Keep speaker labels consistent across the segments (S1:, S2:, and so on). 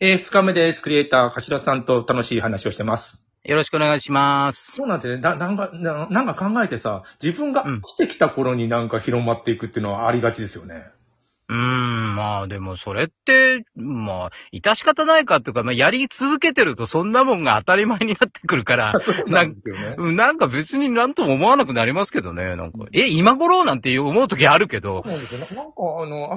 S1: えー、二日目です。クリエイター、頭さんと楽しい話をしてます。
S2: よろしくお願いします。
S1: そうなんてね、ななんかな、なんか考えてさ、自分が
S2: うん
S1: 来てきた頃になんか広まっていくっていうのはありがちです よね。
S2: うーん、まあでもそれって、まあ、致し方ないかっていうか、まあやり続けてるとそんなもんが当たり前になってくるから、
S1: そうなんですよね。
S2: うんなんか別になんとも思わなくなりますけどね、なんか。え、今頃なんて思う時あるけ
S1: そ
S2: ど。
S1: うなんですよ。ななんか、あの、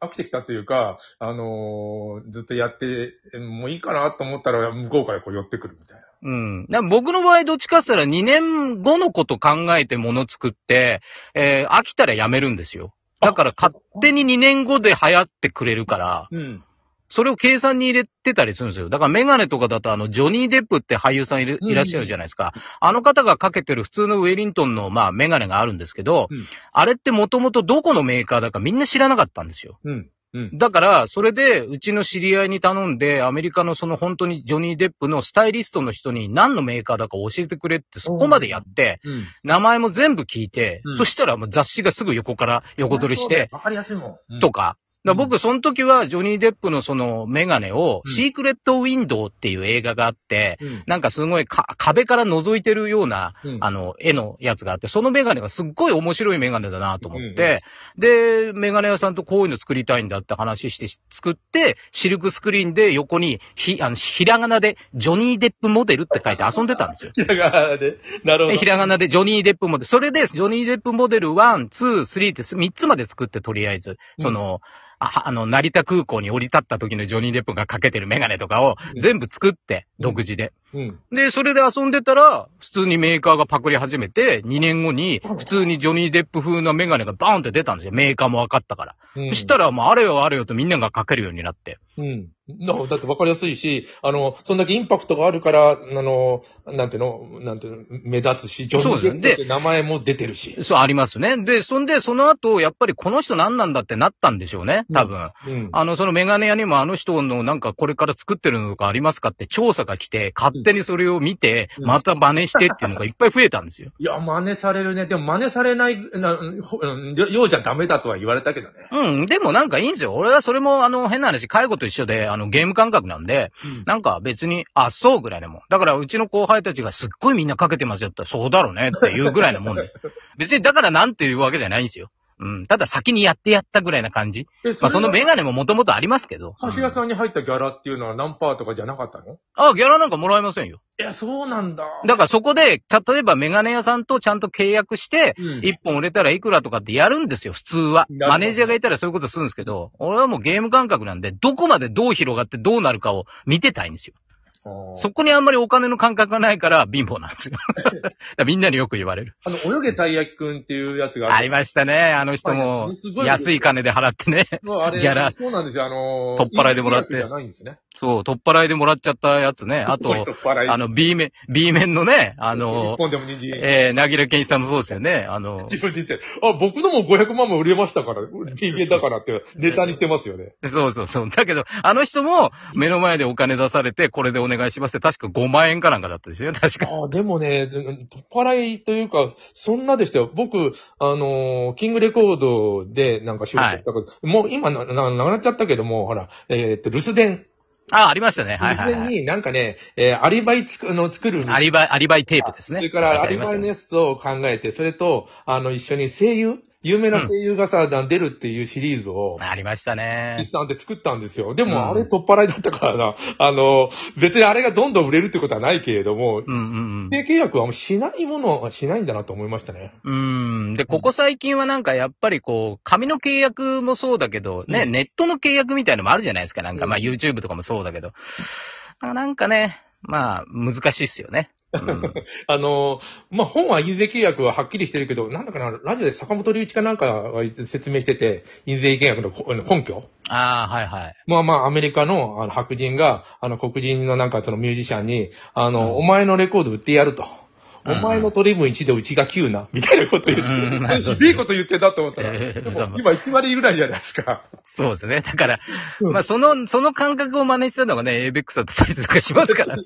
S1: あ飽き飽きてきたというか、あのーずっとやって、えもういいかなと思ったら、向こうからこう寄ってくるみたいな。
S2: うん。だから僕の場合どっちかっつったら2年後のこと考えて物作って、えー飽きたらやめるんですよ。だから勝手に2年後で流行ってくれるから。
S1: うん。
S2: それを計算に入れてたりするんですよ。だからメガネとかだとあの、ジョニー・デップって俳優さんいる
S1: うん
S2: いらっしゃるじゃないですか。あの方がかけてる普通のウェリントンのまあメガネがあるんですけど、
S1: うん
S2: あれってもともとどこのメーカーだかみんな知らなかったんですよ。
S1: うん。うん。
S2: だから、それで、うちの知り合いに頼んで、アメリカのその本当にジョニー・デップのスタイリストの人に何のメーカーだか教えてくれってそこまでやって、
S1: うん。
S2: 名前も全部聞いて、
S1: うん
S2: そしたらもう雑誌がすぐ横から横取りして、
S1: わかりやすいもん。
S2: とか。だから
S1: う
S2: 僕、その時は、ジョニー・デップのそのメガネを、
S1: うん
S2: シークレット・ウィンドウっていう映画があって、
S1: うん。
S2: なんかすごいか壁から覗いてるような、
S1: うん。
S2: あの、絵のやつがあって、そのメガネがすっごい面白いメガネだなと思っ
S1: うん
S2: て、で、メガネ屋さんとこういうの作りたいんだって話して作って、シルクスクリーンで横に、ひ、あの、ひらがなで、ジョニー・デップモデルって書いて遊んでたんですよ。
S1: ひらがなで。なる
S2: で、ひらがなでジョニー・デップモデル。それで、ジョニー・デップモデル1、2、3って3つまで作って、とりあえず、その、あはあの、成田空港に降り立った時のジョニー・デップがかけてるメガネとかを
S1: うん
S2: 全部作っ
S1: う
S2: て、
S1: ん
S2: 独自で。
S1: うん。
S2: で、それで遊んでたら、普通にメーカーがパクリ始めて、2年後に、普通にジョニー・デップ風のメガネがバーンって出たんですよ。メーカーも分かったから。そしたら、もう、あれよあれよとみんながかけるようになって。
S1: うん。なだって分かりやすいし、あの、そんだけインパクトがあるから、あの、なんていうの、なんていうの、目立つし、ジョニ
S2: そうです
S1: ー・
S2: ね
S1: デップって名前も出てるし。
S2: そう、ありますね。で、そんで、その後、やっぱりこの人何なんだってなったんでしょうね。多分。
S1: うん。
S2: あの、そのメガネ屋にもあの人のなんかこれから作ってるのとかありますかって調査が来て、勝手にそれを見て、
S1: うん
S2: また真似してっていうのがいっぱい増えたんですよ。
S1: いや、真似されるね。でも真似されない、なほうんよようじゃダメだとは言われたけどね。
S2: うん、でもなんかいいんですよ。俺はそれもあの変な話、介護と一緒で、あのゲーム感覚なんで、なんか別に、あ、そうぐらいでもん。だからうちの後輩たちがすっごいみんなかけてますよって言ったら、そうだろうねっていうぐらいなもんで。 別にだからなんていうわけじゃないんですよ。うん、ただ先にやってやったぐらいな感じ。
S1: え、
S2: まあそのメ
S1: ガ
S2: ガネももともとありますけど。う
S1: 橋
S2: ん
S1: 屋さんに入ったギャラっていうのは何パーとかじゃなかったの
S2: あ、ギャラなんかもらえませんよ。
S1: いや、そうなんだ。
S2: だからそこで、例えばメガネ屋さんとちゃんと契約して、
S1: うん
S2: 一本売れたらいくらとかってやるんですよ、普通は。
S1: なるほど
S2: マネージャーがいたらそういうことするんですけど、俺はもうゲーム感覚なんで、どこまでどう広がってどうなるかを見てたいんですよ。
S1: あー
S2: そこにあんまりお金の感覚がないから貧乏なん ですよ。だからみんなによく言われる。
S1: あの、泳げたいやきくんっていうやつが
S2: あ
S1: あ
S2: り
S1: る。
S2: ましたね、あの人
S1: は
S2: も
S1: いすご。い
S2: 安い金で払ってね。
S1: そうあれ
S2: ギャラ
S1: そうなんですよ、あの
S2: 取っ払いでもらって
S1: いいやつじゃないんですね。
S2: そう、取っ払いでもらっちゃったやつね。あ
S1: 取っ
S2: と、
S1: 払い。
S2: あの、B 面、B 面のね、あの
S1: 一、本でも人参。
S2: えー、なぎら健一さんもそうですよね。あの、
S1: 自分で言って、あ、僕のも500万も売れましたから、人間だからってネタにしてますよね。
S2: そうそうそう。だけど、あの人も目の前でお金出されて、これでお願いしますって、確か5万円かなんかだったですよね。確か。
S1: あでもね、取っ払いというか、そんなでしたよ。僕、あのーキングレコードでなんか収録したこと、もう今な、な、なくなっちゃったけども、ほら、えーっと、留守電。
S2: あ、ありましたね。
S1: 留
S2: は
S1: 守
S2: いはい、
S1: 電
S2: はい。
S1: になんかね、えーアリバイつく、の、作る。
S2: アリバイ、アリバイテープですね。
S1: それから、アリバイ
S2: イ
S1: のやつを考えて、それと、あの、一緒に声優有名な声優がさ、出るっていうシリーズを、
S2: ありました
S1: 日
S2: ね。
S1: 産って作ったんですよ。で
S2: う
S1: も、
S2: ん
S1: あれ取っ払いだったからな。あの、別にあれがどんどん売れるってことはないけれども、
S2: うんうんうん。
S1: 定契約はもうしないものはしないんだなと思いましたね。
S2: うん。で、ここ最近はなんかやっぱりこう、紙の契約もそうだけど、ね、
S1: うん
S2: ネットの契約みたいのもあるじゃないですか。なんか、
S1: うん
S2: まあ YouTube とかもそうだけど。あなんかね、まあ、難しいっすよね。 うん、
S1: あの、まあ、本は印税契約ははっきりしてるけど、なんだかな、ラジオで坂本龍一かなんかが説明してて、印税契約のこ根拠
S2: ああ、はいはい。
S1: まあまあ、アメリカのあの白人が、あの黒人のなんかそのミュージシャンに、あの、
S2: うん
S1: お前のレコード売ってやると。
S2: うん
S1: お前の取り分1でうちが9な、みたいなこと言って、
S2: うんまあそうですね
S1: いいこと言ってたと思ったら、
S2: えー
S1: でも
S2: そう
S1: 今1割ぐらいじゃないですか。
S2: そうですね。だから、
S1: うん
S2: まあ、その、その感覚を真似したのがね、エイベックスだったりとかしま すからね。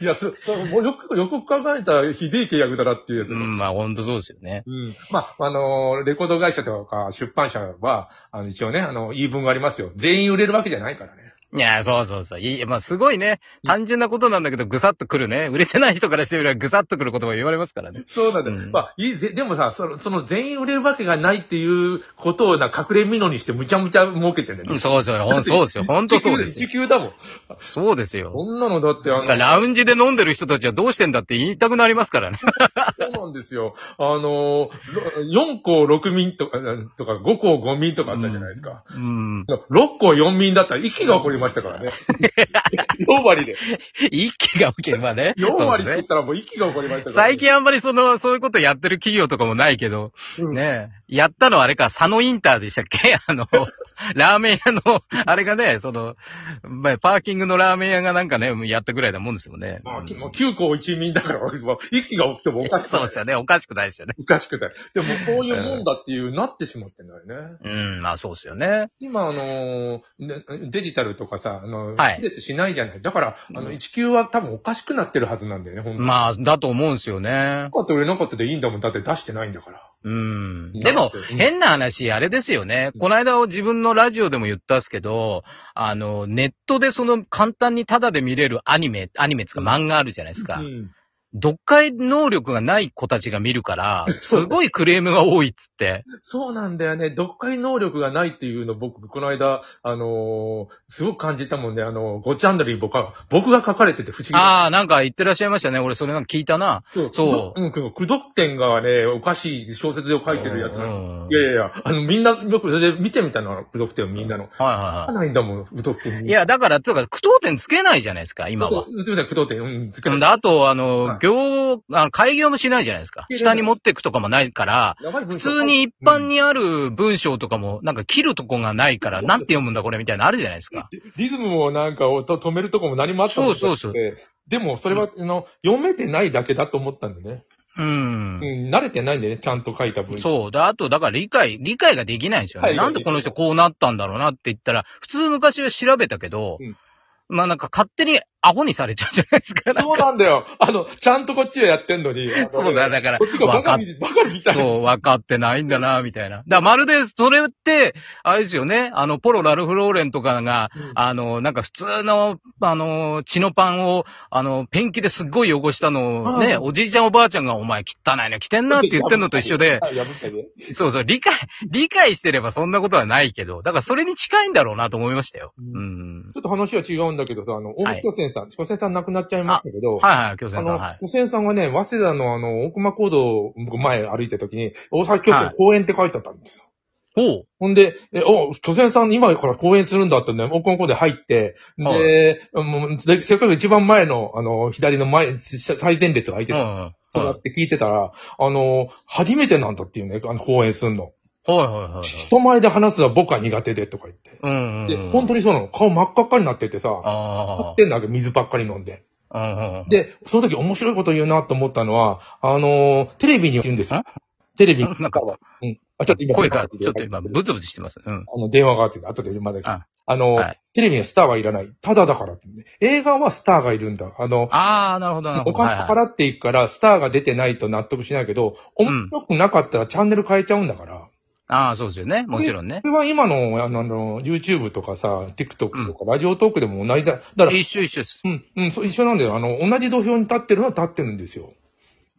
S1: いや、そ、そもうよく、よく考えたらひでえ契約だなっていうやつ。
S2: う
S1: うん
S2: ん、まあ、ほんとそうですよね。
S1: まあ、あのーレコード会社とか出版社は、あの、一応ね、あの、言い分がありますよ。全員売れるわけじゃないからね。
S2: いや、そうそうそう。いや、まあ、すごいね。単純なことなんだけど、ぐさっとくるね。売れてない人からしてみれば、ぐさっとくる言葉言われますからね。
S1: そうなんだ。
S2: うん
S1: まあ、いいぜ、でもさ、その、その全員売れるわけがないっていうことをな、隠れみのにしてむちゃむちゃ儲けてんだよね。
S2: そうそう、ほんそうですよ。本当そうです
S1: 時
S2: よ。
S1: 給だもん。
S2: そうですよ。
S1: こんなのだって、あ
S2: だから
S1: の、
S2: ラウンジで飲んでる人たちはどうしてんだって言いたくなりますからね。
S1: そうなんですよ。あの、4校6民とか、なんとか5校5民とかあったじゃないですか。
S2: うん。
S1: 6校4民だったら息が起こりましたからね。4割で。
S2: 一気が起きればね。
S1: 4割って
S2: そう
S1: 言
S2: で
S1: っ
S2: す
S1: たらもう息が起こりました
S2: ね。
S1: から、ね。
S2: 最近あんまりその、そういうことやってる企業とかもないけど、
S1: うん
S2: ねえ。やったのはあれか、佐野インターでしたっけ あの、ラーメン屋の、あれがね、その、まあパーキングのラーメン屋がなんかね、やったぐらいなもんですよね。
S1: まあ、き
S2: うん
S1: もう9校1民だから、もう息が起きてもおかしく
S2: そう
S1: な
S2: で
S1: い。
S2: すよね。おかしくないですよね。
S1: おかしくない。でも、こういうもんだっていう、なってしまってんだよね。
S2: うん、まあそうですよね。
S1: 今、あのねデジタルとかさ、あの、
S2: はい
S1: レスしないじゃない。だから、あ
S2: う
S1: の、
S2: ん
S1: 1級は多分おかしくなってるはずなんだよね、ほんと。な
S2: まあ、だと思うんですよね。
S1: かった売れなかったでいいんだもん。だって出してないんだから。
S2: うん。
S1: な
S2: でも
S1: うん、
S2: 変な話、あれですよね。この間自分のラジオでも言ったっすけど、あの、ネットでその簡単にタダで見れるアニメ、アニメっつうか
S1: うん
S2: 漫画あるじゃないですか。
S1: うん。
S2: 読解能力がない子たちが見 るから、すごいクレームが多いっつって。
S1: そうなんだよね。読解能力がないっていうの僕、この間、あのーすごく感じたもんね。あのー、ごちゃんだり僕は、僕が書かれてて不思議だった
S2: ああ、なんか言ってらっしゃいましたね。俺それなんか聞いたな。
S1: そう。。
S2: そう
S1: うん、くどく点がね、おかしい小説を書いてるやつなの。
S2: うん
S1: いやいやいや、あの、みんな、よく、それで見てみたの、くどく点みんなの。
S2: はいはい
S1: 書か
S2: は
S1: ないんだもん、くどく点
S2: い。
S1: に。
S2: い、や、だから、というか、苦闘点つけないじゃないですか、今
S1: そう
S2: は。
S1: そう、そうだよ、くどく点、うん、つけ
S2: うん
S1: ない。
S2: で、あと、あの、
S1: はい
S2: 業、あの、開業もしないじゃないですか。
S1: いや
S2: 下に持っていくとかもないから、
S1: やばい文
S2: 普
S1: 章
S2: 通に一般にある文章とかも、なんか切るとこがないから、なんて読むんだこれみたいなのあるじゃないですか。
S1: リズムをなんかをと止めるとこも何もあったもん
S2: そうそうそう
S1: ででも、それは、あの、読めてないだけだと思ったんでね。
S2: う。
S1: うんん、慣れてないんでね、ちゃんと書いた文章。
S2: そう。だ、あと、だから理解、理解ができないんですよね。
S1: はい
S2: なんでこの人こうなったんだろうなって言ったら、普通昔は調べたけど、
S1: うん
S2: まあなんか勝手にアホにされちゃうじゃないで すか。なんか
S1: そうなんだよ。あの、ちゃんとこっちはやってんの に。あの
S2: そうだ、だから、
S1: こっちがバカみ、バカみたいな。
S2: そう、分かってないんだな、みたいな。だからまるで、それって、あれですよね、あの、ポロ・ラルフ・ローレンとかが、
S1: うん
S2: あの、なんか普通の、あの、血のパンを、あの、ペンキですっごい汚したのをね、
S1: うん
S2: おじいちゃんおばあちゃんが、お前汚いな、着てんなって言ってんのと一 緒で、
S1: はい破ったで。
S2: そうそう、理解、理解してればそんなことはないけど、だからそれに近いんだろうなと思いましたよ。
S1: う
S2: うん。
S1: ちょっと話は違うんだけどさ、あの、大木巨泉さん、巨泉さん亡くなっちゃいましたけど、
S2: はいはい、京
S1: あ
S2: 先さん、
S1: の
S2: は、い。
S1: 巨泉さんがね、早稲田のあの、大熊講堂を僕前歩いてた時に、大崎巨泉公園って書いてあったんですよ。
S2: おう。
S1: ほんで、え、お、巨泉さん今から公演するんだってね、大熊講堂入って、で、もう、でせっかく一番前の、あの、左の前、最前列が空いて
S2: うん。
S1: た。
S2: はい
S1: そうやって聞いてたら、あの、初めてなんだっていうね、あの、公演するの。
S2: はいはいはい。
S1: 人前で話すのは僕は苦手でとか言って。
S2: うんうんう
S1: で
S2: ん。、
S1: 本当にそうなの。顔真っ赤っかになっててさ、立
S2: あ
S1: ってんだけど水ばっかり飲んで。
S2: あ。うんうん。
S1: で、その時面白いこと言うなと思ったのは、あのーテレビに言うんですよ
S2: ん。
S1: テレビに。
S2: なんか
S1: うん。あ、ちょっと今、
S2: 声が、
S1: 電話
S2: ちょっと
S1: が
S2: 今、ブツブツしてます。うん。
S1: あの、電話があって、後でまで。
S2: あ
S1: あのー
S2: はい
S1: テレビにはスターはいらない。ただだからってね、映画はスターがいるんだ。あの、
S2: ああ、なるほど、なるほ
S1: お
S2: ど。はい
S1: 金
S2: はい
S1: 払っていくから、スターが出てないと納得しないけど、面白くなかったらチャンネル変えちゃうんだから。
S2: ああ、そうですよね。もちろんね
S1: こ。れは今の、あの、あの YouTube とかさ、TikTok とか、ラジオトークでも同じだ。だから、
S2: 一緒一緒です。
S1: うん、うん、そう一緒なんだよ。あの、同じ土俵に立ってるのは立ってるんですよ。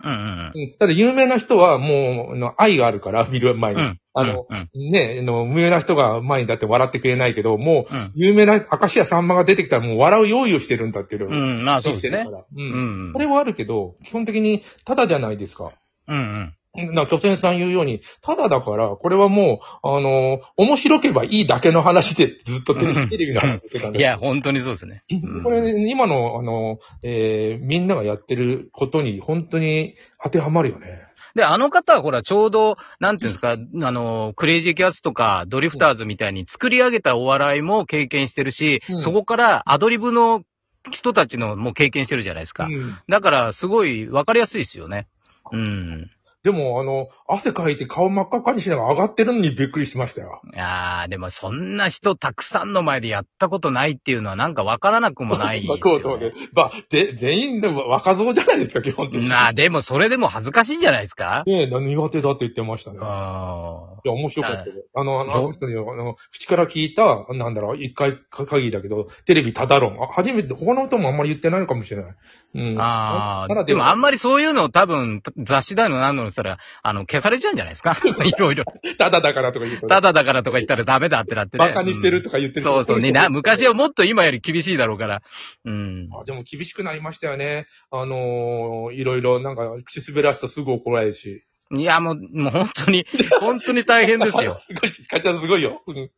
S2: うんうん
S1: うんただ有名な人はもう、あの愛があるから、見る前
S2: うん。う
S1: に。
S2: ん。
S1: あの、
S2: うん、
S1: ねあの、無名な人が前にだって笑ってくれないけど、もう、
S2: うん。
S1: 有名な、明石家さんまが出てきたらもう笑う用意をしてるんだっていう
S2: う
S1: のを
S2: ん、まあそ
S1: で
S2: うで
S1: き
S2: す
S1: てるか
S2: ね。
S1: ら。う。
S2: うんん。
S1: それはあるけど、基本的に、ただじゃないですか。
S2: うんうん。
S1: うんな、巨泉さん言うように、ただだから、これはもう、あの、面白ければいいだけの話で、ずっとテレ
S2: うん
S1: ビテレビの話してたんだけど
S2: いや、本当にそうですね。うん
S1: これ、今の、あの、えーみんながやってることに、本当に当てはまるよね。
S2: で、あの方はほら、ちょうど、なんていうんですか、あの、クレイジーキャッツとか、ドリフターズみたいに作り上げたお笑いも経験してるし、
S1: うん
S2: そこからアドリブの人たちのも経験してるじゃないですか。
S1: うん
S2: だから、すごい分かりやすいですよね。うん。
S1: でも、あの、汗かいて顔真っ赤っかにしながら上がってるのにびっくりしましたよ。
S2: ああ、でもそんな人たくさんの前でやったことないっていうのはなんかわからなくもないです
S1: ま
S2: よ
S1: あ、
S2: ね
S1: こうとで。まあ、で、全員でも若造じゃないですか、基本的に。
S2: なあ、でもそれでも恥ずかしいんじゃないですか
S1: ねえ、苦手だって言ってましたね。
S2: あ
S1: いや、面白かったよ。あの、あの
S2: ど
S1: あの人に、あの、口から聞いた、なんだろう、一回か限りだけど、テレビただろん。あ初めて、他の人もあんまり言ってないのかもしれない。うん。た
S2: ああ、
S1: だ
S2: で
S1: で
S2: も
S1: も、
S2: あんまりそういうのを多分雑誌だの何のにしたら、あの、消されちゃうんじゃな いですかいろいろ。
S1: ただだからとか言うと、
S2: ただだからとか言ったらダメだってなってね。
S1: バカにしてるとか言って
S2: うん
S1: る、
S2: そうそうね。な、昔
S1: は。
S2: はもっと今より厳しいだろうから。うん。
S1: あでも厳しくなりましたよね。あのーいろいろ、なんか、口滑らすとすぐ怒られるし。
S2: いや、もう、もう本当 に、本当に大変ですよ。
S1: すごい、カチャすごいよ。うん。
S2: い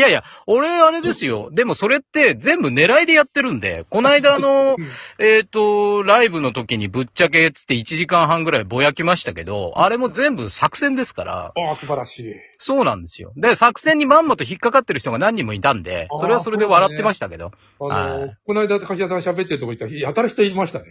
S2: やいや、俺、あれですよ。でもそれって全部狙いでやってるんで、この間あの、えっ、と、ライブの時にぶっちゃけっつって1時間半ぐらいぼやきましたけど、あれも全部作戦ですから、
S1: ああ、素晴らしい。
S2: そうなんですよ。で、作戦にまんまと引っかかってる人が何人もいたんで、それはそれで笑ってましたけど。
S1: あのー
S2: はい
S1: この間、柏さんが喋ってるとこ行ったら、やたら人いましたね。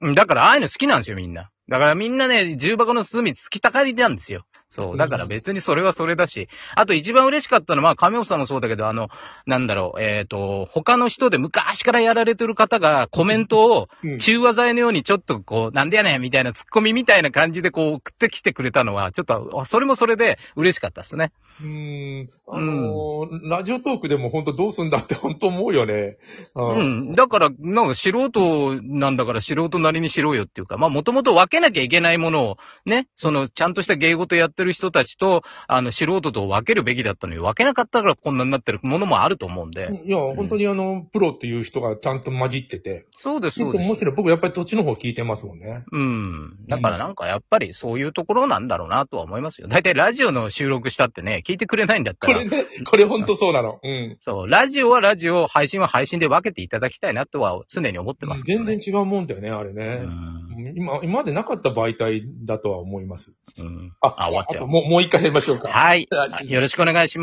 S2: うんだから、ああいうの好きなんですよ、みんな。だからみんなね、重箱の隅つきたかりなんですよ。そう。だから別にそれはそれだし。あと一番嬉しかったのは、亀尾さんもそうだけど、あの、なんだろう、えっ、と、他の人で昔からやられてる方がコメントを
S1: うん。
S2: 中和剤のようにちょっとこう、なんでやねんみたいな突っ込みみたいな感じでこう送ってきてくれたのは、ちょっと、あそれもそれで嬉しかったですね。
S1: うーん。あのーラジオトークでも本当どうすんだって本当思うよね。
S2: う
S1: うん。
S2: ん。だから、なんか素人なんだから素人なりにしろよっていうか、まあもともと分けなきゃいけないものをね、そのちゃんとした芸事やってる人たちと、あの素人と分けるべきだったのに分けなかったからこんなになってるものもあると思うんで。
S1: いや、本当にあの、プロっていう人がちゃんと混じってて。
S2: そうです、
S1: 結
S2: そう
S1: 構
S2: です。
S1: 面白い。僕やっぱり土地の方聞いてますもんね。
S2: うん。だからなんかやっぱりそういうところなんだろうなとは思いますよ。だいたいラジオの収録したってね、聞いてくれないんだった
S1: こ
S2: ら
S1: れ。ね、これ本当そうなの。うん。
S2: そう、ラジオはラジオ、配信は配信で分けていただきたいなとは常に思ってますけど
S1: 全
S2: ね。
S1: 然違うもんだよね、あれね。うん今、今までなかった媒体だとは思います。
S2: うん。うん。
S1: あ、
S2: あ終わっちゃう
S1: ともう、もう一回やりましょうか。
S2: はい。よろしくお願いします。